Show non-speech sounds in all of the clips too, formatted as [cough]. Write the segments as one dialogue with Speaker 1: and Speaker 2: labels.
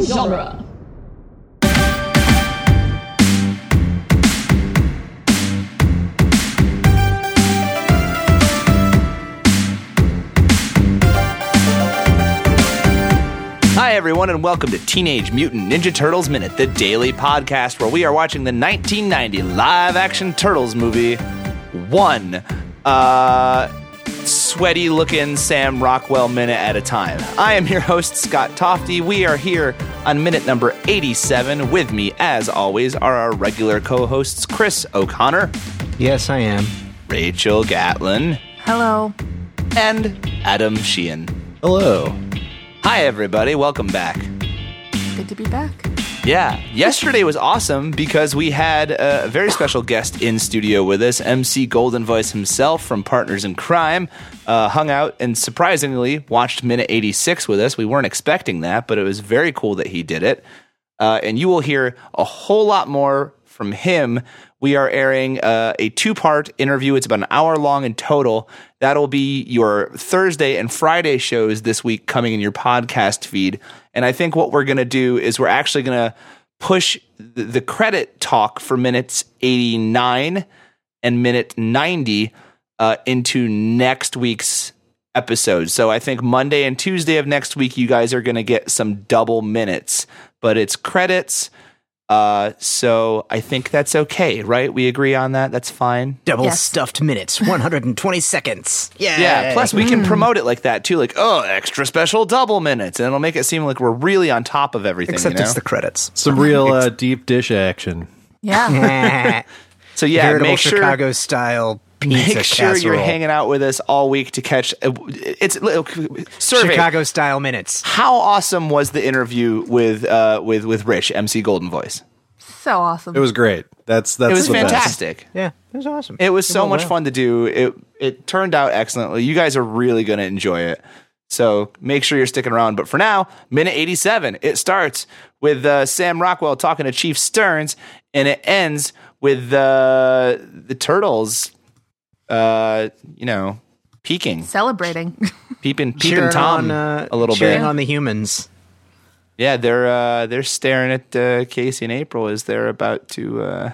Speaker 1: genre.
Speaker 2: Hi, everyone, and welcome to Teenage Mutant Ninja Turtles Minute, the daily podcast where we are watching the 1990 live action Turtles movie. One, uh, sweaty looking Sam Rockwell minute at a time. I am your host, Scott Tofty. We are here on minute number 87. With me, as always, are our regular co hosts, Chris O'Connor,
Speaker 3: Yes, I am.
Speaker 2: Rachel Gatlin,
Speaker 4: Hello.
Speaker 2: and Adam Sheehan.
Speaker 3: Hello.
Speaker 2: Hi, everybody. Welcome back.
Speaker 4: Good to be back.
Speaker 2: Yeah, yesterday was awesome because we had a very special guest in studio with us, MC Golden Voice himself from Partners in Crime, uh, hung out and surprisingly watched Minute 86 with us. We weren't expecting that, but it was very cool that he did it. Uh, and you will hear a whole lot more from him. We are airing uh, a two part interview. It's about an hour long in total. That'll be your Thursday and Friday shows this week coming in your podcast feed. And I think what we're going to do is we're actually going to push the, the credit talk for minutes 89 and minute 90 uh, into next week's episode. So I think Monday and Tuesday of next week, you guys are going to get some double minutes, but it's credits. Uh, so I think that's okay, right? We agree on that. That's fine.
Speaker 3: Double
Speaker 4: Yes.
Speaker 3: stuffed minutes, 120 seconds. Yeah.
Speaker 2: Yeah. Plus, we
Speaker 3: Mm.
Speaker 2: can promote it like that too. Like, oh, extra special double minutes, and it'll make it seem like we're really on top of everything.
Speaker 3: except
Speaker 2: you know?
Speaker 3: it's the credits. [laughs]
Speaker 5: Some real uh, deep dish action.
Speaker 4: Yeah.
Speaker 2: so [laughs] yeah,
Speaker 3: Veritable
Speaker 2: make sure
Speaker 3: Chicago style
Speaker 2: [laughs]
Speaker 3: pizza
Speaker 2: make sure
Speaker 3: casserole.
Speaker 2: you're hanging out with us all week to catch. uh, It's survey.
Speaker 3: Chicago style minutes.
Speaker 2: How awesome was the interview with uh, with with Rich MC Golden Voice?
Speaker 4: so awesome.
Speaker 5: It was great. That's that's
Speaker 2: It was
Speaker 5: the best.
Speaker 2: fantastic.
Speaker 3: Yeah, it was awesome.
Speaker 2: It was so
Speaker 3: went
Speaker 2: much
Speaker 3: well.
Speaker 2: fun to do. It it turned out excellently. You guys are really going to enjoy it. So make sure you're sticking around. But for now, minute 87. It starts with uh, Sam Rockwell talking to Chief Stearns, and it ends with uh, the turtles, uh, you know, peeking,
Speaker 4: Celebrating. [laughs]
Speaker 2: peeping, peeping
Speaker 3: Cheering
Speaker 2: Tom
Speaker 3: on, uh,
Speaker 2: a little
Speaker 3: cheering
Speaker 2: bit.
Speaker 3: on the humans.
Speaker 2: Yeah, they're uh, they're staring at uh, Casey and April as they're about to, uh,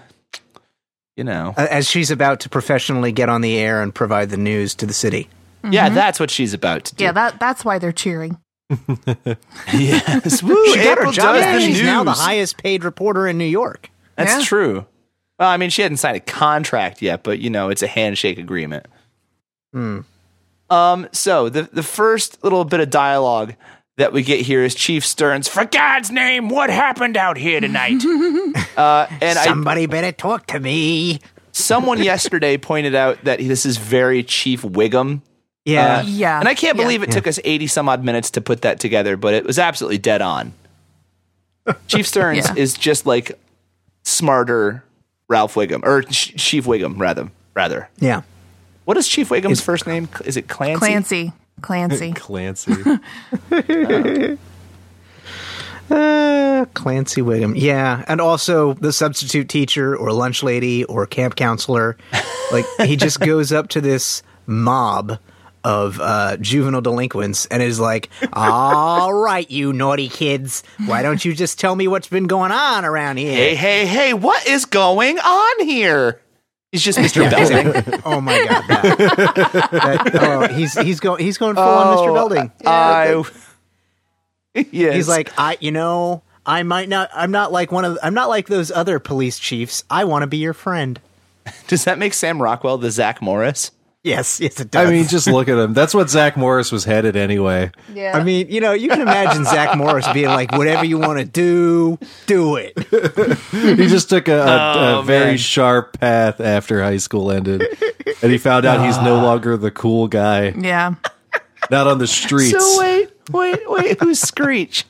Speaker 2: you know,
Speaker 3: uh, As she's about to professionally get on the air and provide the news to the city.
Speaker 2: yeah, that's what she's about to do.
Speaker 4: yeah, that that's why they're cheering.
Speaker 2: yes, woo,
Speaker 3: She got her
Speaker 2: April
Speaker 3: job
Speaker 2: does
Speaker 3: back.
Speaker 2: the
Speaker 3: She's now the
Speaker 2: news.
Speaker 3: highest paid reporter in New York.
Speaker 2: That's
Speaker 4: Yeah.
Speaker 2: true. Well, I mean, she hadn't signed a contract yet, but you know, it's a handshake agreement.
Speaker 3: Hmm.
Speaker 2: Um. So the the first little bit of dialogue that we get here is Chief Stearns. For God's name, what happened out here
Speaker 3: [laughs]
Speaker 2: tonight? uh, and I,
Speaker 3: Somebody better talk to me.
Speaker 2: someone yesterday pointed out that this is very Chief Wiggum.
Speaker 3: Yeah.
Speaker 2: Uh,
Speaker 4: Yeah.
Speaker 2: And I can't
Speaker 4: Yeah.
Speaker 2: believe it took us 80 some odd minutes to put that together, but it was absolutely dead on. Chief Stearns
Speaker 4: Yeah.
Speaker 2: is just like smarter Ralph Wiggum, or Ch- Chief Wiggum, rather. Rather,
Speaker 3: yeah.
Speaker 2: what is Chief Wiggum's first name? Cl- Is it Clancy?
Speaker 4: Clancy.
Speaker 5: [laughs]
Speaker 4: Clancy.
Speaker 5: Clancy.
Speaker 3: Uh, Clancy Wiggum. Yeah. And also the substitute teacher or lunch lady or camp counselor. Like, he just goes up to this mob of uh, juvenile delinquents and is like, All right, you naughty kids. Why don't you just tell me what's been going on around
Speaker 2: Hey,
Speaker 3: here?
Speaker 2: hey, hey! What is going on here? He's just Mr. Belding.
Speaker 3: Oh my God. That, that- oh, he's he's going he's going full on Mr. Building.
Speaker 2: [laughs] I. yes.
Speaker 3: He's like, I, you know, I might not. I'm not like one of. I'm not like those other police chiefs. I want to be your friend.
Speaker 2: does that make Sam Rockwell the Zach Morris?
Speaker 3: Yes, yes, it does.
Speaker 5: I mean, just look at him. That's what Zach Morris was headed anyway.
Speaker 4: yeah.
Speaker 3: I mean, you know, you can imagine Zach Morris being like, whatever you want to do,
Speaker 2: [laughs]
Speaker 3: do it.
Speaker 5: He just took a, a,
Speaker 2: Oh,
Speaker 5: a very
Speaker 2: man.
Speaker 5: sharp path after high school ended, and he found out he's no longer the cool guy.
Speaker 4: yeah.
Speaker 5: Not on the streets.
Speaker 2: So wait, wait, wait! Who's Screech?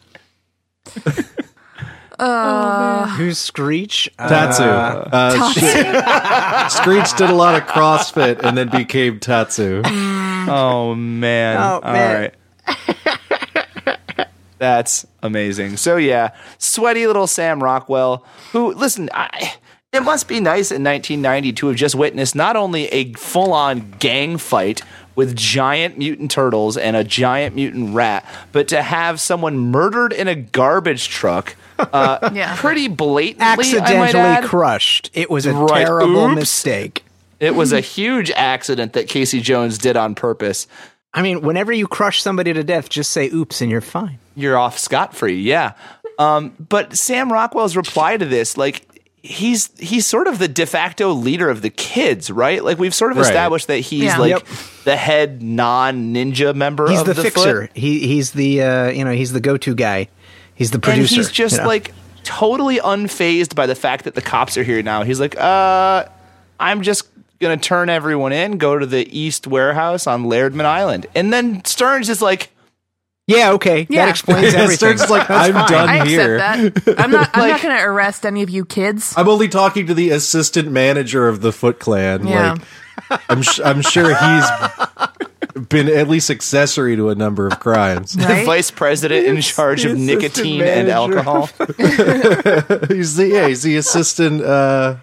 Speaker 3: Who's Screech? Uh,
Speaker 5: Tatsu. Uh, shit. Screech did a lot of CrossFit and then became Tatsu.
Speaker 2: Oh man.
Speaker 3: Oh, man.
Speaker 2: All right.
Speaker 3: [laughs]
Speaker 2: That's amazing. So yeah, sweaty little Sam Rockwell who listen, I it must be nice in 1990 to have just witnessed not only a full-on gang fight with giant mutant turtles and a giant mutant rat, but to have someone murdered in a garbage truck,
Speaker 3: [laughs]
Speaker 2: uh,
Speaker 4: Yeah.
Speaker 2: pretty blatantly, I might add.
Speaker 3: Accidentally crushed. It was a
Speaker 2: Right.
Speaker 3: terrible
Speaker 2: Oops.
Speaker 3: mistake.
Speaker 2: It was a huge accident that Casey Jones did on purpose.
Speaker 3: I mean, whenever you crush somebody to death, just say oops and you're fine.
Speaker 2: You're off scot free, yeah. Um, but Sam Rockwell's reply to this, like he's he's sort of the de facto leader of the kids, right? Like we've sort of
Speaker 5: Right.
Speaker 2: established that he's
Speaker 4: Yeah.
Speaker 2: like
Speaker 3: Yep.
Speaker 2: the head non ninja member.
Speaker 3: He's
Speaker 2: of
Speaker 3: the,
Speaker 2: the Foot.
Speaker 3: fixer. He he's the uh, you know, he's the go-to guy. He's the producer.
Speaker 2: and he's just
Speaker 3: you know?
Speaker 2: like totally unfazed by the fact that the cops are here now. He's like, uh, I'm just gonna turn everyone in, go to the east warehouse on Lairdman Island, and then Stearns is like,
Speaker 3: Yeah, okay.
Speaker 4: Yeah.
Speaker 2: [laughs]
Speaker 3: That explains
Speaker 5: Yeah,
Speaker 3: everything.
Speaker 5: Stern's like, I'm done
Speaker 4: I
Speaker 5: here.
Speaker 4: accept that. I'm not. I'm
Speaker 2: Like-
Speaker 4: not going to arrest any of you kids.
Speaker 5: I'm only talking to the assistant manager of the Foot Clan.
Speaker 4: Yeah.
Speaker 5: Like, I'm sh- I'm sure he's been at least accessory to a number of crimes.
Speaker 2: the
Speaker 4: Right?
Speaker 2: vice president in charge of
Speaker 5: the assistant
Speaker 2: nicotine and
Speaker 3: [laughs]
Speaker 5: manager.
Speaker 2: alcohol.
Speaker 5: [laughs] he's the yeah, he's the assistant uh,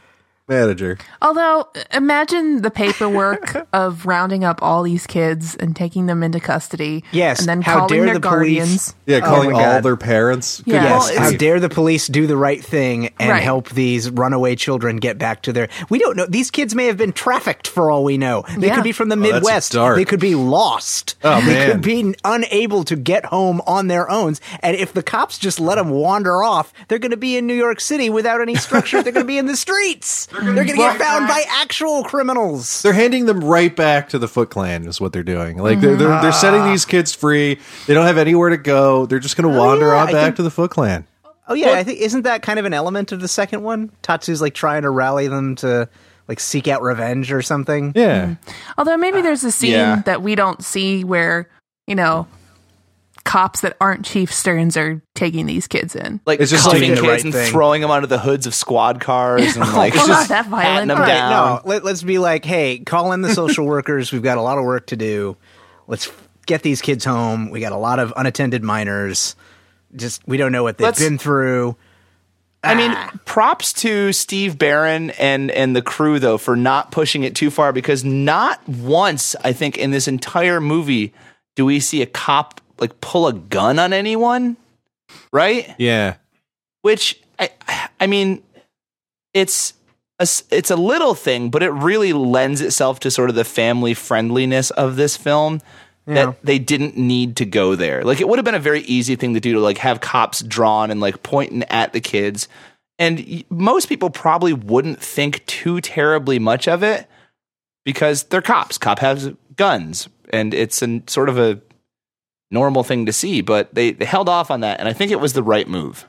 Speaker 5: manager.
Speaker 4: Although, imagine the paperwork of rounding up all these kids and taking them into custody.
Speaker 3: Yes,
Speaker 4: and then
Speaker 3: how
Speaker 4: calling
Speaker 3: dare
Speaker 4: their
Speaker 3: the police-
Speaker 4: guardians.
Speaker 5: Yeah,
Speaker 3: Oh
Speaker 5: calling
Speaker 3: my
Speaker 5: all
Speaker 3: God.
Speaker 5: their parents.
Speaker 4: Yeah.
Speaker 5: Goodness
Speaker 3: Yes,
Speaker 4: Well,
Speaker 3: how
Speaker 5: grief.
Speaker 3: dare the police do the right thing and
Speaker 4: Right.
Speaker 3: help these runaway children get back to their. We don't know. These kids may have been trafficked for all we know. They
Speaker 4: Yeah.
Speaker 3: could be from the
Speaker 5: Oh, that's
Speaker 3: Midwest.
Speaker 5: dark.
Speaker 3: They could be lost.
Speaker 5: Oh,
Speaker 3: they
Speaker 5: man.
Speaker 3: could be unable to get home on their own. And if the cops just let them wander off, they're going to be in New York City without any structure. they're going to be in the
Speaker 5: [laughs]
Speaker 3: streets. They're going to get found by actual criminals.
Speaker 5: they're handing them right back to the Foot Clan is what they're doing. Like they're, they're they're setting
Speaker 3: Mm-hmm.
Speaker 5: these kids free. They don't have anywhere to go. They're just going to wander
Speaker 3: Oh, yeah,
Speaker 5: on
Speaker 3: I
Speaker 5: back
Speaker 3: think-
Speaker 5: to the Foot Clan.
Speaker 3: Oh yeah, I think isn't that kind of an element of the second one? Tatsu's like trying to rally them to like seek out revenge or something.
Speaker 5: Yeah.
Speaker 3: Mm-hmm.
Speaker 4: Although maybe there's a scene
Speaker 2: yeah.
Speaker 4: that we don't see where you know cops that aren't Chief Stearns are taking these kids in.
Speaker 2: Like
Speaker 5: It's just
Speaker 2: cuffing
Speaker 5: doing
Speaker 3: the
Speaker 2: kids
Speaker 3: right
Speaker 2: and
Speaker 3: thing.
Speaker 2: throwing them onto the hoods of squad cars
Speaker 4: [laughs]
Speaker 2: and like
Speaker 4: Well, not
Speaker 2: just
Speaker 4: Oh, that
Speaker 2: patting
Speaker 4: violent.
Speaker 2: them
Speaker 4: All right,
Speaker 2: down.
Speaker 3: No, let, us be like, hey, call in the social workers. We've got a lot of work to do. Let's get these kids home. We got a lot of unattended minors. Just we don't know what they've
Speaker 2: Let's-
Speaker 3: been through.
Speaker 2: I mean,
Speaker 4: Ah.
Speaker 2: props to Steve Barron and and the crew though for not pushing it too far because not once I think in this entire movie do we see a cop like pull a gun on anyone, right?
Speaker 5: Yeah.
Speaker 3: Mm-hmm.
Speaker 2: Which I I mean, it's a s- it's a little thing, but it really lends itself to sort of the family friendliness of this film.
Speaker 3: Yeah.
Speaker 2: That they didn't need to go there. Like it would have been a very easy thing to do to like have cops drawn and like pointing at the kids, and y- most people probably wouldn't think too terribly much of it because they're cops. Cop has guns, and it's an, sort of a normal thing to see. But they they held off on that, and I think it was the right move.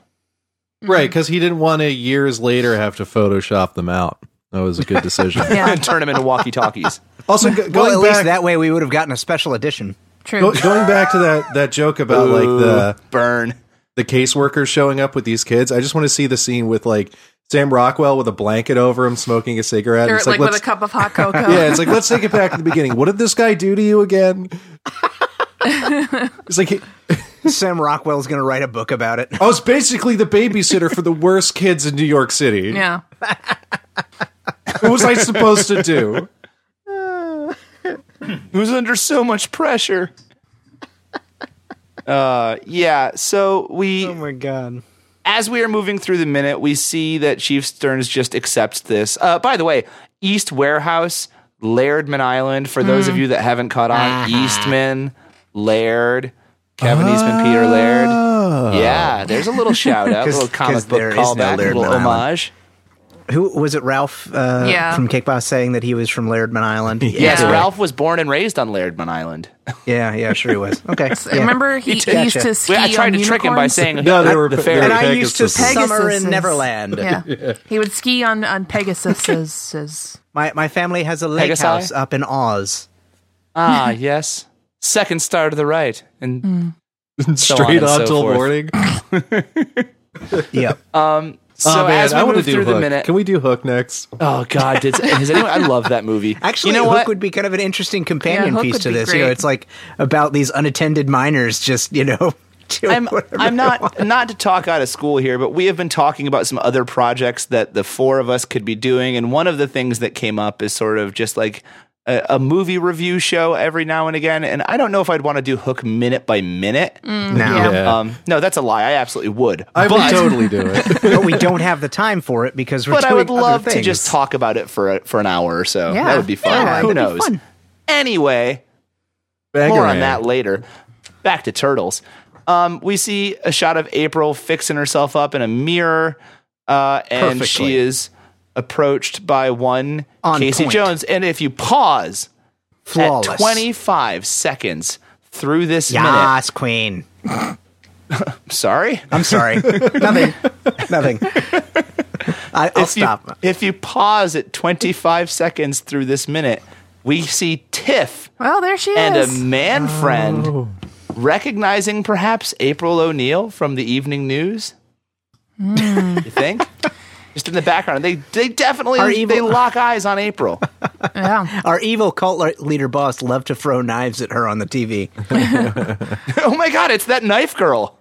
Speaker 5: Right, because he didn't want to years later have to Photoshop them out. That was a
Speaker 3: [laughs]
Speaker 5: good decision.
Speaker 4: Yeah,
Speaker 2: and turn them into walkie talkies.
Speaker 5: Also, go- going
Speaker 3: Well, at
Speaker 5: back,
Speaker 3: least that way we would have gotten a special edition.
Speaker 5: go-
Speaker 4: true.
Speaker 5: going back to that that joke about like the
Speaker 2: burn.
Speaker 5: the caseworkers showing up with these kids. I just want to see the scene with like Sam Rockwell with a blanket over him, smoking a cigarette.
Speaker 4: Or
Speaker 5: [laughs] It's
Speaker 4: like
Speaker 5: like,
Speaker 4: with a
Speaker 5: let's-
Speaker 4: cup of hot cocoa.
Speaker 5: [laughs]
Speaker 4: [laughs]
Speaker 5: yeah, it's like let's take it back to the beginning. What did this guy do to
Speaker 2: [laughs]
Speaker 5: you again? it's like he-
Speaker 3: Sam Rockwell's going to write a book about it. [laughs]
Speaker 5: I was basically the babysitter for the worst kids in New York City.
Speaker 4: yeah.
Speaker 5: What was I supposed
Speaker 2: [laughs]
Speaker 5: to do?
Speaker 2: Who's under so much pressure? [laughs] uh, yeah. So we,
Speaker 3: Oh my god.
Speaker 2: as we are moving through the minute, we see that Chief Stearns just accepts this. Uh, by the way, East Warehouse, Lairdman Island. For those
Speaker 3: Mm.
Speaker 2: of you that haven't caught
Speaker 3: Ah.
Speaker 2: on, Eastman, Laird, Kevin Eastman, Peter Laird. Yeah, there's a little shout out, a
Speaker 3: Oh. [laughs] 'Cause-
Speaker 2: little
Speaker 3: 'cause
Speaker 2: comic book
Speaker 3: there is no
Speaker 2: callback, a little
Speaker 3: Lairdman Island.
Speaker 2: homage.
Speaker 3: Who was it? Ralph uh,
Speaker 4: Yeah.
Speaker 3: from Cake Boss saying that he was from Lairdman Island.
Speaker 2: Yes,
Speaker 4: Yeah.
Speaker 2: Ralph was born and raised on Lairdman Island.
Speaker 3: yeah, yeah, sure he was.
Speaker 4: [laughs]
Speaker 3: Okay,
Speaker 4: I
Speaker 3: yeah.
Speaker 4: Remember, he,
Speaker 3: Gotcha.
Speaker 4: he used to ski.
Speaker 2: I tried
Speaker 4: on
Speaker 2: to trick him by
Speaker 4: unicorns?
Speaker 2: saying
Speaker 5: No, they were-
Speaker 2: the
Speaker 5: they
Speaker 2: fairy.
Speaker 5: were-
Speaker 3: And I used to
Speaker 5: Pegasus.
Speaker 3: summer in
Speaker 4: Pegasuses.
Speaker 3: Neverland.
Speaker 4: [laughs]
Speaker 3: [laughs]
Speaker 4: Yeah. he would ski on on Pegasuses.
Speaker 3: My my family has a lake
Speaker 2: Pegasi?
Speaker 3: house up in Oz.
Speaker 2: Ah, yes. Second star to the right. And so on
Speaker 5: Straight
Speaker 2: and
Speaker 5: on
Speaker 2: so
Speaker 5: till
Speaker 2: forth.
Speaker 5: morning.
Speaker 3: Yep.
Speaker 2: So
Speaker 5: oh, man,
Speaker 2: as we
Speaker 5: I want to
Speaker 2: move
Speaker 5: do
Speaker 2: through
Speaker 5: Hook.
Speaker 2: the minute,
Speaker 5: Can we do Hook next?
Speaker 2: oh god, did has anyone? I love that
Speaker 5: [laughs]
Speaker 2: movie.
Speaker 3: Actually,
Speaker 2: you know
Speaker 3: Hook
Speaker 2: what?
Speaker 3: would be kind of an interesting companion
Speaker 4: Yeah, Hook
Speaker 3: piece
Speaker 4: would
Speaker 3: to
Speaker 4: be
Speaker 3: this. You know,
Speaker 4: great.
Speaker 3: it's like about these unattended minors just, you know, [laughs] doing
Speaker 2: I'm
Speaker 3: whatever
Speaker 2: I'm
Speaker 3: they
Speaker 2: not
Speaker 3: want.
Speaker 2: not to talk out of school here, but we have been talking about some other projects that the four of us could be doing, and one of the things that came up is sort of just like a, a movie review show every now and again, and I don't know if I'd want to do Hook minute by minute.
Speaker 3: now.
Speaker 4: Yeah.
Speaker 5: Yeah.
Speaker 2: Um, no, that's a lie. I absolutely would.
Speaker 5: I
Speaker 2: but,
Speaker 5: would totally do
Speaker 2: [laughs]
Speaker 5: it.
Speaker 3: but we don't have the time for it because we're
Speaker 2: but
Speaker 3: doing
Speaker 2: I would
Speaker 3: other
Speaker 2: love to
Speaker 3: things. Oh,
Speaker 2: just talk about it for a, for an hour or so.
Speaker 4: Yeah.
Speaker 2: That would be fun.
Speaker 4: Yeah, it
Speaker 2: Who
Speaker 4: would be
Speaker 2: knows?
Speaker 4: fun.
Speaker 2: Anyway, More on that later. Back to turtles. Um, we see a shot of April fixing herself up in a mirror, uh, and
Speaker 3: Perfectly.
Speaker 2: she is approached by one
Speaker 3: On
Speaker 2: Casey
Speaker 3: point.
Speaker 2: Jones. And if you pause
Speaker 3: flawless
Speaker 2: at 25 seconds through this minute,
Speaker 3: Yes, Queen.
Speaker 2: sorry,
Speaker 3: I'm sorry. Nothing. Nothing. I, I'll
Speaker 2: if you,
Speaker 3: stop.
Speaker 2: if you pause at 25 seconds through this minute, we see Tiff
Speaker 4: Well, there she
Speaker 2: and um, a
Speaker 4: is.
Speaker 2: man friend recognizing perhaps April O'Neil from the evening news. You think? Just in the background, they they definitely
Speaker 3: Our
Speaker 2: they
Speaker 3: evil-
Speaker 2: lock eyes on April. [laughs]
Speaker 4: yeah.
Speaker 3: Our evil cult le- leader boss loved to throw knives at her on the TV.
Speaker 2: oh my god, it's that knife girl.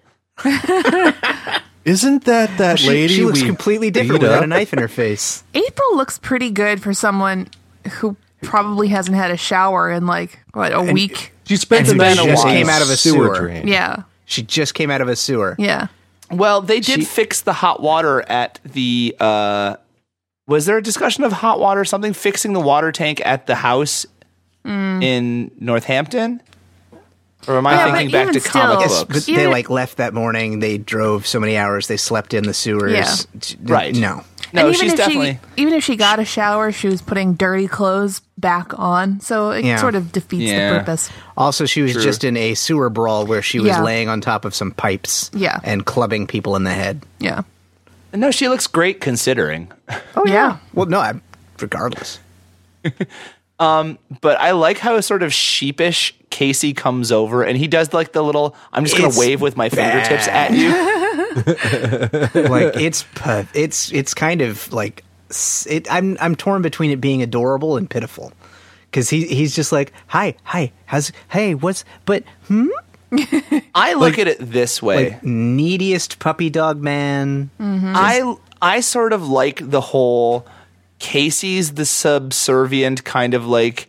Speaker 5: Isn't that that
Speaker 3: She,
Speaker 5: lady?
Speaker 3: she looks
Speaker 5: we
Speaker 3: completely different
Speaker 5: beat
Speaker 3: without
Speaker 5: up?
Speaker 3: a knife in her face.
Speaker 4: April looks pretty good for someone who probably hasn't had a shower in like what a week.
Speaker 5: She spent the
Speaker 3: And
Speaker 5: night
Speaker 2: she
Speaker 5: in
Speaker 2: just
Speaker 5: a
Speaker 2: came
Speaker 3: out of a
Speaker 5: sewer
Speaker 3: sewer.
Speaker 5: drain.
Speaker 4: Yeah.
Speaker 3: She just came out of a sewer.
Speaker 4: Yeah.
Speaker 2: Well, they did
Speaker 3: She-
Speaker 2: fix the hot water at the uh was there a discussion of hot water something fixing the water tank at the house Hmm. in Northampton? Or am I
Speaker 4: Yeah,
Speaker 2: thinking
Speaker 4: but
Speaker 2: back to
Speaker 4: even
Speaker 2: comic
Speaker 4: still-
Speaker 3: Yes,
Speaker 2: books?
Speaker 3: but they
Speaker 4: Even-
Speaker 3: like left that morning. They drove so many hours. They slept in the sewers.
Speaker 4: Yeah.
Speaker 3: T-
Speaker 2: Right.
Speaker 3: No.
Speaker 2: No,
Speaker 4: and even
Speaker 2: she's
Speaker 4: if
Speaker 2: definitely
Speaker 4: she even if she got a shower, she was putting dirty clothes back on, so it
Speaker 3: Yeah.
Speaker 4: sort of defeats
Speaker 2: Yeah.
Speaker 4: the purpose.
Speaker 3: Also, she was just in a sewer brawl where she was
Speaker 4: Yeah.
Speaker 3: laying on top of some pipes.
Speaker 4: Yeah.
Speaker 3: And clubbing people in the head.
Speaker 4: Yeah.
Speaker 2: No, she looks great considering.
Speaker 4: Oh yeah.
Speaker 3: Well, no, I, regardless.
Speaker 2: But I like how sort of sheepish Casey comes over and he does like the little I'm just going
Speaker 3: It's
Speaker 2: to wave with my fingertips
Speaker 3: bad.
Speaker 2: at
Speaker 3: [laughs]
Speaker 2: you.
Speaker 3: like it's pa- it's it's kind of like s- it, I'm I'm torn between it being adorable and pitiful because he he's just like hi hi how's hey what's but hmm?
Speaker 2: I look at it this way.
Speaker 3: like neediest puppy dog man
Speaker 2: I I sort of like the whole Casey's the subservient kind of like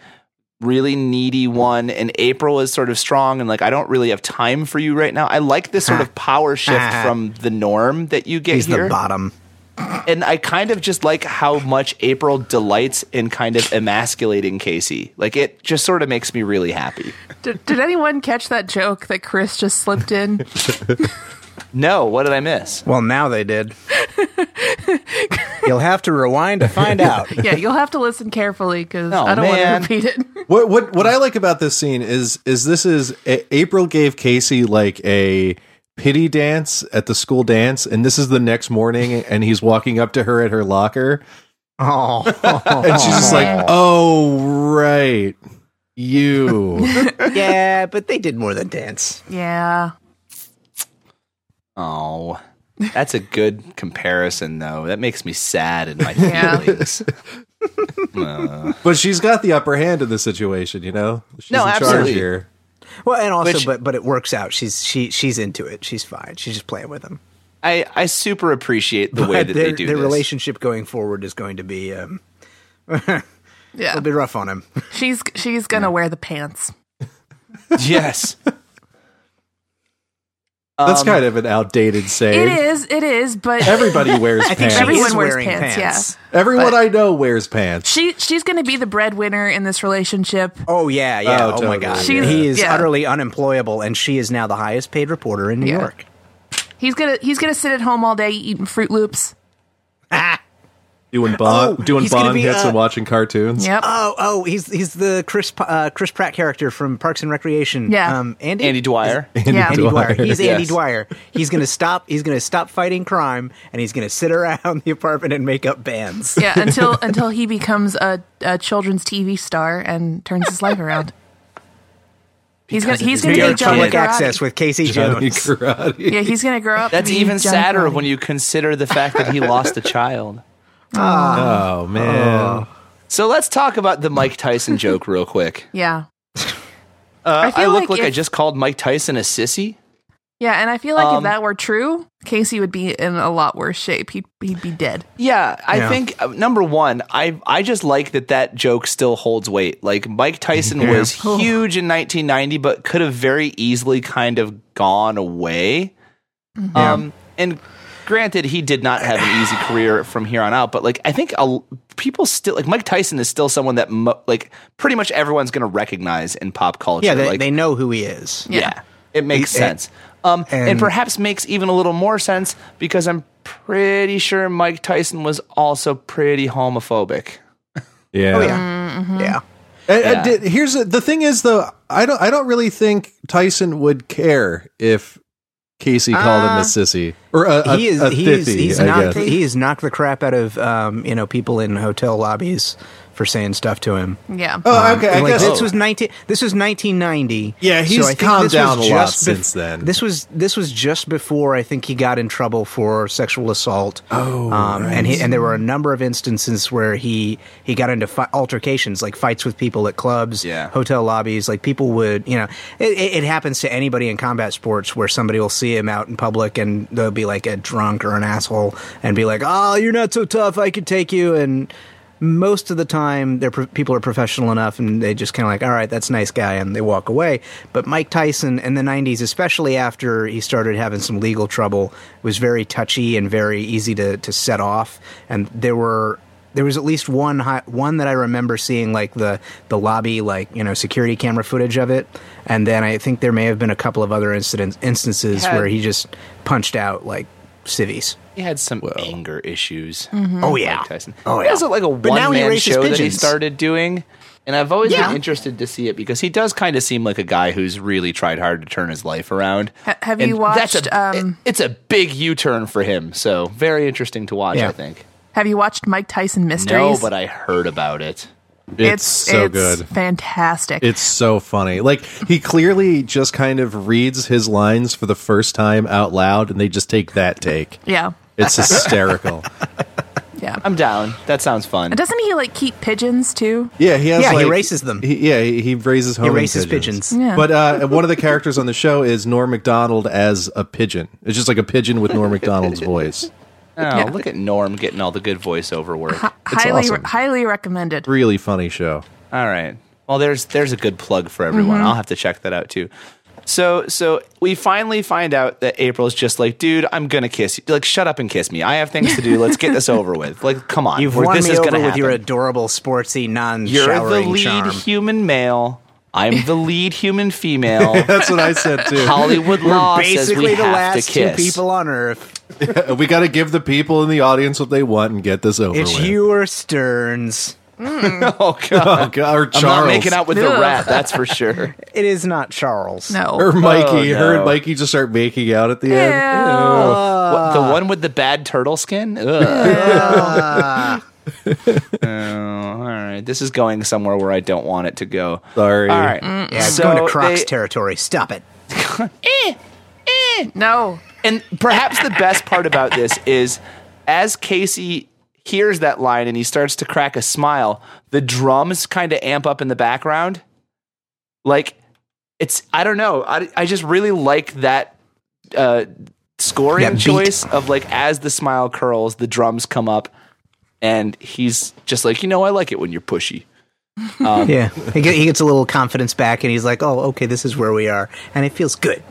Speaker 2: really needy one and April is sort of strong and like I don't really have time for you right now. I like this
Speaker 3: [laughs]
Speaker 2: sort of power shift from the norm that you get
Speaker 3: he's
Speaker 2: here.
Speaker 3: the bottom
Speaker 2: and I kind of just like how much April delights in kind of emasculating Casey. Like it just sort of makes me really happy.
Speaker 4: Did, did anyone catch that joke that Chris just slipped
Speaker 3: [laughs]
Speaker 4: in?
Speaker 2: No, what did I miss?
Speaker 3: well now they did you'll have to rewind to find out
Speaker 4: yeah, you'll have to listen carefully because
Speaker 2: Oh,
Speaker 4: I don't
Speaker 2: man.
Speaker 4: want to repeat
Speaker 3: [laughs]
Speaker 4: it.
Speaker 5: What what what I like about this scene is is this is A- April gave Casey like a pity dance at the school dance, and this is the next morning, and he's walking up to her at her locker,
Speaker 3: oh
Speaker 5: and she's
Speaker 3: [laughs]
Speaker 5: just like, "Oh right, you."
Speaker 3: [laughs] yeah but they did more than dance
Speaker 4: Yeah.
Speaker 2: Oh. That's a good comparison though. That makes me sad in my
Speaker 4: Yeah.
Speaker 2: feelings.
Speaker 5: But she's got the upper hand in the situation, you know. She's
Speaker 2: No,
Speaker 5: in
Speaker 2: absolutely.
Speaker 5: charge here.
Speaker 3: well and also
Speaker 2: Which-
Speaker 3: but but it works out she's she she's into it she's fine she's just playing with him
Speaker 2: I, I super appreciate the way
Speaker 3: But
Speaker 2: that
Speaker 3: their,
Speaker 2: they do
Speaker 3: their
Speaker 2: this.
Speaker 3: relationship going forward is going to be um,
Speaker 4: Yeah.
Speaker 3: it'll be rough on him.
Speaker 4: She's she's gonna wear the pants.
Speaker 2: yes.
Speaker 5: That's
Speaker 3: Um,
Speaker 5: kind of an outdated saying.
Speaker 4: It is, it is, but
Speaker 5: Everybody
Speaker 3: [laughs]
Speaker 5: wears
Speaker 3: I think
Speaker 5: pants.
Speaker 4: [laughs]
Speaker 3: she
Speaker 4: Everyone
Speaker 3: is
Speaker 4: wears
Speaker 3: wearing
Speaker 4: pants,
Speaker 3: pants.
Speaker 5: Everyone I know wears pants.
Speaker 4: she she's gonna be the breadwinner in this relationship.
Speaker 3: Oh yeah, yeah. Oh, my
Speaker 5: Oh, totally,
Speaker 3: god,
Speaker 5: She's-
Speaker 3: he is
Speaker 4: yeah.
Speaker 3: utterly unemployable, and she is now the highest paid reporter in New
Speaker 4: Yeah.
Speaker 3: York.
Speaker 4: He's gonna he's gonna sit at home all day eating Fruit Loops.
Speaker 5: Doing bong,
Speaker 3: Oh,
Speaker 5: doing
Speaker 3: he's gonna
Speaker 5: bong
Speaker 3: be,
Speaker 5: hits
Speaker 3: uh,
Speaker 5: and watching cartoons. [laughs]
Speaker 4: Yep.
Speaker 3: Oh, oh, he's he's the Chris P- uh, Chris Pratt character from Parks and Recreation.
Speaker 4: Yeah.
Speaker 3: um, Andy
Speaker 2: Andy Dwyer.
Speaker 4: [laughs] yeah.
Speaker 3: Andy Dwyer. He's Andy
Speaker 2: Yes.
Speaker 3: Dwyer. He's
Speaker 5: [laughs]
Speaker 3: gonna stop. He's gonna stop fighting crime, and he's gonna sit around [laughs] the apartment and make
Speaker 4: [laughs]
Speaker 3: up bands.
Speaker 4: Yeah,
Speaker 3: [laughs]
Speaker 4: until until he becomes a, a children's TV star and turns his life around. He's gonna he's
Speaker 3: New
Speaker 4: gonna be
Speaker 3: York
Speaker 4: Johnny
Speaker 3: Public
Speaker 4: Karate.
Speaker 3: Access with Casey
Speaker 5: Johnny
Speaker 3: Jones.
Speaker 5: Karate.
Speaker 4: Yeah, he's gonna grow up.
Speaker 2: That's
Speaker 4: to be
Speaker 2: even
Speaker 4: Johnny
Speaker 2: sadder
Speaker 4: Karate.
Speaker 2: when you consider the fact that he lost a child.
Speaker 5: Oh man.
Speaker 2: So let's talk about the Mike Tyson joke real quick.
Speaker 4: Yeah.
Speaker 2: Uh, I,
Speaker 4: feel
Speaker 2: look
Speaker 4: like
Speaker 2: like I
Speaker 4: if-
Speaker 2: just called Mike Tyson a sissy.
Speaker 4: Yeah, and I feel like
Speaker 2: Um,
Speaker 4: if that were true, Casey would be in a lot worse shape. He'd he'd be dead.
Speaker 2: Yeah, I
Speaker 3: Yeah.
Speaker 2: think uh, number one, I I just like that that joke still holds weight. Like Mike Tyson
Speaker 3: Yeah. Oh.
Speaker 2: was huge in 1990, but could have very easily kind of gone away.
Speaker 3: Mm-hmm.
Speaker 2: Um, and granted, he did not have an easy career from here on out. But like, I think a, l- people still like Mike Tyson is still someone that mo- like pretty much everyone's going to recognize in pop culture.
Speaker 3: Yeah, they,
Speaker 2: like,
Speaker 3: they know who he is.
Speaker 4: Yeah.
Speaker 2: yeah. [laughs] It makes
Speaker 3: And-
Speaker 2: sense. Um, and,
Speaker 3: and-
Speaker 2: perhaps makes even a little more sense because I'm pretty sure Mike Tyson was also pretty homophobic.
Speaker 5: Yeah.
Speaker 3: Oh yeah, yeah.
Speaker 5: And- and
Speaker 2: Yeah.
Speaker 5: did- here's the, the thing is though, I don't I don't really think Tyson would care if Casey
Speaker 3: Uh,
Speaker 5: called him a sissy or a, a,
Speaker 3: he is
Speaker 5: a
Speaker 3: he
Speaker 5: thithy.
Speaker 3: is he's
Speaker 5: I
Speaker 3: knocked
Speaker 5: guess.
Speaker 3: he has knocked the crap out of um, you know people in hotel lobbies for saying stuff to him.
Speaker 4: Yeah.
Speaker 5: Oh, okay. I
Speaker 3: And, like,
Speaker 5: guess
Speaker 3: this was nineteen. This was nineteen ninety.
Speaker 5: Yeah, he's calmed down a lot since then.
Speaker 3: This was this was just before I think he got in trouble for sexual assault. Oh, um, and he, and there were a number of instances where he he got into fi- altercations, like fights with people at clubs,
Speaker 2: Yeah.
Speaker 3: hotel lobbies. Like people would, you know, it, it, it happens to anybody in combat sports where somebody will see him out in public and they'll be like a drunk or an asshole and be like, "Oh, you're not so tough. I could take you." And most of the time they're pro- people are professional enough and they just kind of like all right that's a nice guy and they walk away but mike tyson in the 90s especially after he started having some legal trouble was very touchy and very easy to, to set off and there were there was at least one hi- one that I remember seeing like the the lobby like you know security camera footage of it, and then I think there may have been a couple of other incidents instances
Speaker 2: Yeah.
Speaker 3: where he just punched out like civies.
Speaker 2: He had some anger issues.
Speaker 3: Oh yeah,
Speaker 2: Mike Tyson.
Speaker 3: oh
Speaker 2: He
Speaker 3: yeah.
Speaker 2: has like a
Speaker 3: But now
Speaker 2: one
Speaker 3: he
Speaker 2: man
Speaker 3: raises
Speaker 2: show that he
Speaker 3: pigeons.
Speaker 2: started doing. And I've always
Speaker 4: Yeah.
Speaker 2: been interested to see it because he does kind of seem like a guy who's really tried hard to turn his life around.
Speaker 4: Ha- have
Speaker 2: And
Speaker 4: you
Speaker 2: That's a,
Speaker 4: watched, um,
Speaker 2: it- it's a big U turn for him. So very interesting to watch,
Speaker 3: Yeah.
Speaker 2: I think.
Speaker 4: Have you watched Mike Tyson
Speaker 2: No,
Speaker 4: Mysteries?
Speaker 2: but I heard about it.
Speaker 3: Oh,
Speaker 5: it's, so good.
Speaker 4: fantastic.
Speaker 5: It's so funny. Like he clearly just kind of reads his lines for the first time out loud, and they just take that take.
Speaker 4: yeah,
Speaker 3: [laughs]
Speaker 5: It's hysterical.
Speaker 4: yeah.
Speaker 2: I'm down. That sounds fun.
Speaker 4: And doesn't he like keep pigeons too?
Speaker 5: Yeah, he has.
Speaker 3: Yeah, he
Speaker 5: like-
Speaker 3: raises them.
Speaker 5: He, yeah, he, he raises homing
Speaker 3: raises pigeons.
Speaker 4: Yeah.
Speaker 5: But uh, one of the characters on the show is Norm Macdonald as a pigeon. It's just like a pigeon with Norm Macdonald's voice.
Speaker 2: Oh, look at Norm getting all the good voiceover work.
Speaker 3: Uh-huh.
Speaker 2: All
Speaker 4: highly,
Speaker 5: awesome.
Speaker 4: highly recommended.
Speaker 5: Really funny show.
Speaker 2: right. Well, there's there's a good plug for everyone.
Speaker 3: Mm-hmm.
Speaker 2: I'll have to check that out too. So so we finally find out that April's just like, dude, I'm gonna kiss you. Like, shut up and kiss me. I have things
Speaker 3: [laughs]
Speaker 2: to do. Let's get this over with. Like, come on.
Speaker 3: You've
Speaker 2: We're-
Speaker 3: won
Speaker 2: this
Speaker 3: me
Speaker 2: is
Speaker 3: over
Speaker 2: gonna
Speaker 3: with your
Speaker 2: happen.
Speaker 3: adorable, sportsy,
Speaker 2: You're the
Speaker 3: non-showering
Speaker 2: lead
Speaker 3: charm.
Speaker 2: human male. I'm
Speaker 3: [laughs]
Speaker 2: the lead human female.
Speaker 5: That's what I said too.
Speaker 2: Hollywood
Speaker 3: We're
Speaker 2: law says
Speaker 3: basically
Speaker 2: we
Speaker 3: the
Speaker 2: have
Speaker 3: last
Speaker 2: to
Speaker 3: two
Speaker 2: kiss.
Speaker 3: people on Earth.
Speaker 5: we got to give the people in the audience what they want and get this over
Speaker 3: It's
Speaker 5: with.
Speaker 3: you or Stearns.
Speaker 2: Oh god.
Speaker 5: [laughs] Oh, God, or
Speaker 2: I'm
Speaker 5: Charles.
Speaker 2: not making out with the
Speaker 4: Ugh.
Speaker 2: rat. That's for sure.
Speaker 3: It is not Charles.
Speaker 4: No.
Speaker 5: Or Mikey.
Speaker 2: Oh,
Speaker 5: Her
Speaker 2: no.
Speaker 5: and Mikey just start making out at the
Speaker 4: Ew.
Speaker 5: end. Ew.
Speaker 2: What, the one with the bad turtle skin? Ugh. oh, all right. This is going somewhere where I don't want it to go.
Speaker 5: Sorry.
Speaker 2: All right.
Speaker 3: Yeah, it's
Speaker 2: So
Speaker 3: going to Crocs
Speaker 2: they-
Speaker 3: territory. Stop it.
Speaker 4: No.
Speaker 2: and perhaps the best part about this is as Casey hears that line and he starts to crack a smile, the drums kind of amp up in the background. Like it's I don't know. I I just really like that uh scoring
Speaker 3: That beat.
Speaker 2: choice of like as the smile curls, the drums come up and he's just like, "You know, I like it when you're pushy."
Speaker 3: yeah, he, get, he gets a little confidence back, and he's like, "Oh, okay, this is where we are, and it feels good.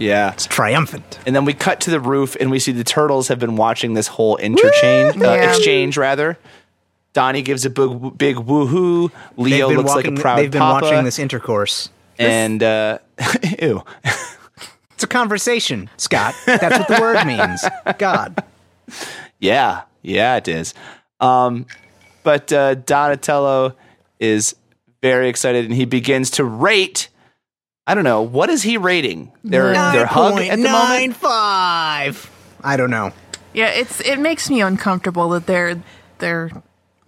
Speaker 2: Yeah.
Speaker 3: It's triumphant."
Speaker 2: And then we cut to the roof, and we see the turtles have been watching this whole interchange uh,
Speaker 4: Yeah.
Speaker 2: exchange. Rather, Donnie gives a big big woohoo. Leo looks like a proud
Speaker 3: They've been
Speaker 2: papa.
Speaker 3: watching this intercourse.
Speaker 2: and uh, [laughs] ew,
Speaker 3: It's a conversation, Scott. That's what the word
Speaker 2: [laughs]
Speaker 3: means. God.
Speaker 2: yeah, yeah, it is. Um, but uh, Donatello is very excited, and he begins to rate. I don't know what is he rating their their hug at the moment.
Speaker 3: 9.95. I don't know.
Speaker 4: Yeah, it's it makes me uncomfortable that they're they're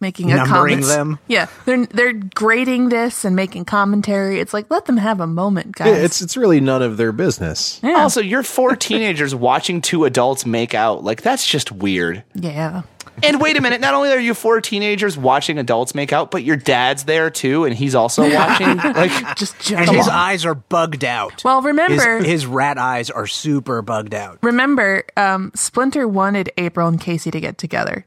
Speaker 4: making a
Speaker 3: Numbering
Speaker 4: comment.
Speaker 3: them?
Speaker 4: Yeah, they're they're grading this and making commentary. It's like let them have a moment, guys.
Speaker 5: It's it's really none of their business.
Speaker 4: yeah.
Speaker 2: Also, you're four teenagers watching two adults make out. Like that's just weird.
Speaker 4: yeah.
Speaker 2: And wait a minute, not only are you four teenagers watching adults make out, but your dad's there too, and he's [laughs] also watching. Like,
Speaker 4: Just
Speaker 3: Ah. And
Speaker 4: come
Speaker 3: his
Speaker 4: on.
Speaker 3: eyes are bugged out.
Speaker 4: Well,
Speaker 3: His-
Speaker 4: remember,
Speaker 3: his, rat eyes are super bugged out.
Speaker 4: remember, um, Splinter wanted April and Casey to get together.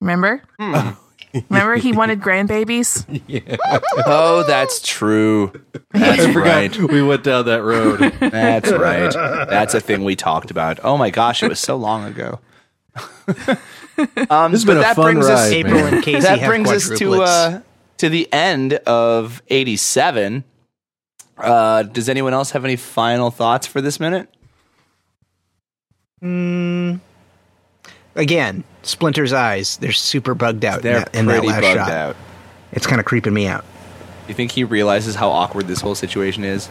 Speaker 4: Remember?
Speaker 3: Hmm.
Speaker 4: [laughs] Remember, he wanted grandbabies.
Speaker 3: [laughs]
Speaker 2: oh, that's true. That's
Speaker 5: I forgot
Speaker 2: right.
Speaker 5: we went down that road.
Speaker 2: That's right. That's a thing we talked about. Oh my gosh, it was so long [laughs] ago. um,
Speaker 5: This has
Speaker 2: but
Speaker 5: been a
Speaker 2: that
Speaker 5: fun
Speaker 2: brings us
Speaker 5: ride,
Speaker 3: April
Speaker 5: man.
Speaker 3: and Casey
Speaker 2: that
Speaker 3: have
Speaker 2: brings us to
Speaker 3: quadruplets.
Speaker 2: uh, to the end of eighty seven. Uh, does anyone else have any final thoughts for this minute?
Speaker 3: Again, Splinter's eyes, they're super bugged out in
Speaker 2: They're
Speaker 3: that, in that
Speaker 2: pretty
Speaker 3: last
Speaker 2: bugged
Speaker 3: shot.
Speaker 2: out.
Speaker 3: It's kind of creeping me out.
Speaker 2: You think he realizes how awkward this whole situation is?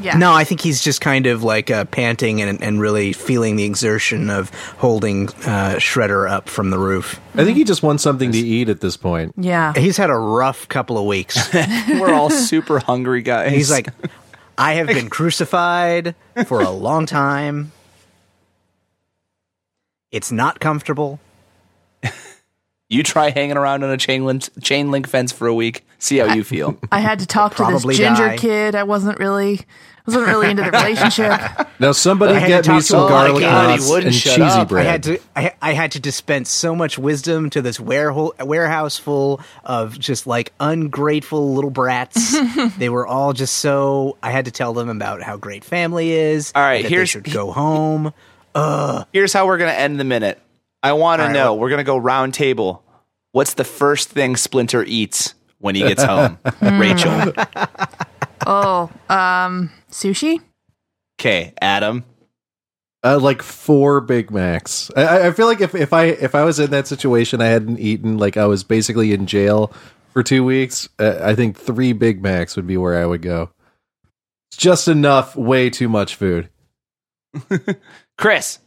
Speaker 4: Yeah.
Speaker 3: No, I think he's just kind of like uh, panting and, and really feeling the exertion of holding uh, Shredder up from the roof.
Speaker 5: I think he just wants something to eat at this point.
Speaker 4: Yeah.
Speaker 3: He's had a rough couple of weeks.
Speaker 2: We're all super hungry guys.
Speaker 3: He's like, I
Speaker 2: [laughs]
Speaker 3: have been crucified for a long time. It's not comfortable.
Speaker 2: you try hanging around on a chain link, chain link fence for a week, see how you feel.
Speaker 4: I had to talk to this
Speaker 3: Probably
Speaker 4: ginger
Speaker 3: die.
Speaker 4: kid. I wasn't really, wasn't really into the relationship.
Speaker 3: [laughs]
Speaker 5: Now somebody
Speaker 3: I had
Speaker 5: get
Speaker 3: to
Speaker 5: me
Speaker 3: talk to
Speaker 5: some
Speaker 3: him.
Speaker 5: garlic
Speaker 3: Oh my God, he
Speaker 5: knots
Speaker 2: wouldn't
Speaker 5: and
Speaker 2: shut up.
Speaker 5: cheesy
Speaker 2: I
Speaker 5: bread.
Speaker 3: I had to I, I had to dispense so much wisdom to this warehol- warehouse full of just like ungrateful
Speaker 2: [laughs]
Speaker 3: little brats. they were all just so I had to tell them about how great family is.
Speaker 2: All right,
Speaker 3: that
Speaker 2: here's-
Speaker 3: they should go home.
Speaker 2: [laughs] Here's how we're going to end the minute. I want to
Speaker 3: right,
Speaker 2: know. We're going to go round table. What's the first thing Splinter eats when he gets [laughs] home? Rachel.
Speaker 4: Oh, um, sushi.
Speaker 2: Okay, Adam.
Speaker 5: uh, like four Big Macs. I- I, I feel like if, if I if I was in that situation, I hadn't eaten, like I was basically in jail for two weeks. Uh, I think three Big Macs would be where I would go. It's just enough, way too much food.
Speaker 2: Chris.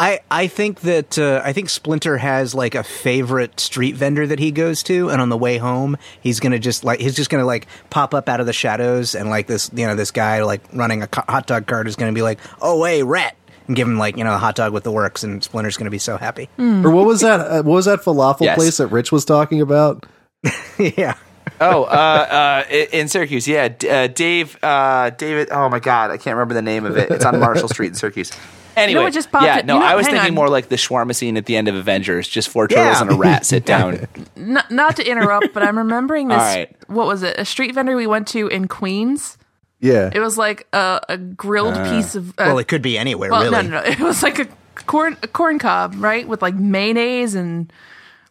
Speaker 3: I, I think that uh, I think Splinter has like a favorite street vendor that he goes to, and on the way home, he's gonna just like he's just gonna like pop up out of the shadows, and like this you know this guy like running a co- hot dog cart is gonna be like, oh hey rat, and give him like you know a hot dog with the works, and Splinter's gonna be so happy.
Speaker 4: Mm.
Speaker 5: Or what was that? Uh, what was that falafel
Speaker 2: Yes.
Speaker 5: place that Rich was talking about?
Speaker 3: [laughs] yeah,
Speaker 2: Oh, uh, uh, i- in Syracuse. Yeah, D- uh, Dave. Uh, David. Oh my God, I can't remember the name of it. It's on Marshall Street in Syracuse. Anyway,
Speaker 4: what just popped
Speaker 2: yeah,
Speaker 4: in-
Speaker 2: no,
Speaker 4: you know,
Speaker 2: I was
Speaker 4: hang
Speaker 2: thinking
Speaker 4: on.
Speaker 2: more like the shawarma scene at the end of Avengers. Just four turtles
Speaker 3: Yeah.
Speaker 2: and a rat [laughs] sit down.
Speaker 4: N- not to interrupt, but I'm remembering
Speaker 2: [laughs]
Speaker 4: this.
Speaker 2: All right.
Speaker 4: What was it? A street vendor we went to in Queens.
Speaker 5: Yeah,
Speaker 4: It was like a, a grilled piece of. Uh,
Speaker 3: well it could be anywhere
Speaker 4: well,
Speaker 3: really.
Speaker 4: no, no, no. It was like a corn a corn cob, right, with like mayonnaise and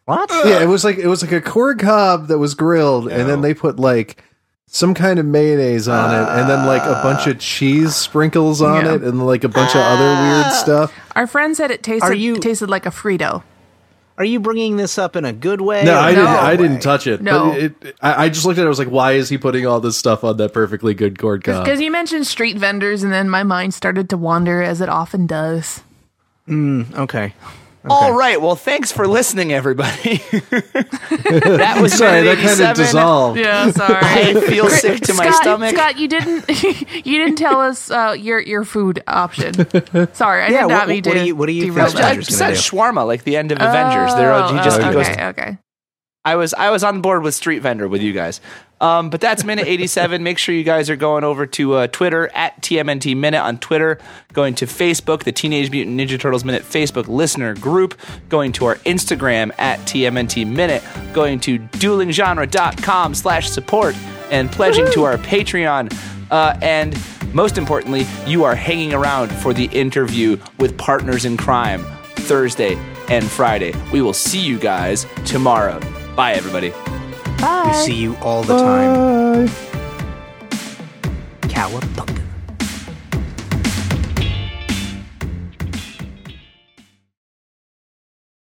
Speaker 3: What?
Speaker 5: yeah. It was like it was like a corn cob that was grilled, and then they put like some kind of mayonnaise on it, and then like a bunch of cheese sprinkles on
Speaker 4: Yeah. Ah.
Speaker 5: it, and like a bunch of other weird stuff.
Speaker 4: our friend said it tasted
Speaker 3: Are you-
Speaker 4: it tasted like a Frito.
Speaker 3: Are you bringing this up in a good way?
Speaker 5: No,
Speaker 3: or
Speaker 5: I
Speaker 3: a
Speaker 5: didn't.
Speaker 4: No
Speaker 3: bad
Speaker 5: I
Speaker 3: way?
Speaker 5: didn't touch it.
Speaker 4: No.
Speaker 5: but it, it- I, I just looked at it. I was like, "Why is he putting all this stuff on that perfectly good corn
Speaker 3: Uh.
Speaker 5: cob?"
Speaker 4: Because you mentioned street vendors, and then my mind started to wander as it often does.
Speaker 3: Okay.
Speaker 2: All right. Well, thanks for listening, everybody. [laughs] that was
Speaker 5: Sorry, that
Speaker 2: minute
Speaker 5: kind of
Speaker 2: 87.
Speaker 5: dissolved.
Speaker 4: Yeah,
Speaker 3: [laughs]
Speaker 4: sorry.
Speaker 2: I feel sick to my
Speaker 4: Scott-
Speaker 2: stomach.
Speaker 4: Scott, you didn't [laughs] you didn't tell us uh, your your food
Speaker 3: [laughs]
Speaker 4: option. Sorry, I
Speaker 3: Yeah,
Speaker 4: did
Speaker 3: what-
Speaker 4: not mean
Speaker 3: what
Speaker 4: to.
Speaker 3: do you- what do you
Speaker 4: derail
Speaker 3: think,
Speaker 4: that.
Speaker 2: I
Speaker 3: Roger's gonna
Speaker 2: said
Speaker 3: do.
Speaker 2: shawarma like the end of Avengers. There,
Speaker 4: Oh,
Speaker 2: he just
Speaker 4: oh,
Speaker 2: he goes.
Speaker 4: okay, okay.
Speaker 2: I was I was on board with Street Vendor with you guys. Um, but that's minute 87. Make sure you guys are going over to uh, Twitter at TMNT Minute on Twitter, going to Facebook, the Teenage Mutant Ninja Turtles Minute Facebook listener group, going to our Instagram at TMNT Minute, going to duelinggenre.com slash support, and pledging to our Patreon. Uh, and most importantly, you are hanging around for the interview with Partners in Crime Thursday and Friday. We will see you guys tomorrow. Bye, everybody.
Speaker 3: We see you all the time. Cowabunga.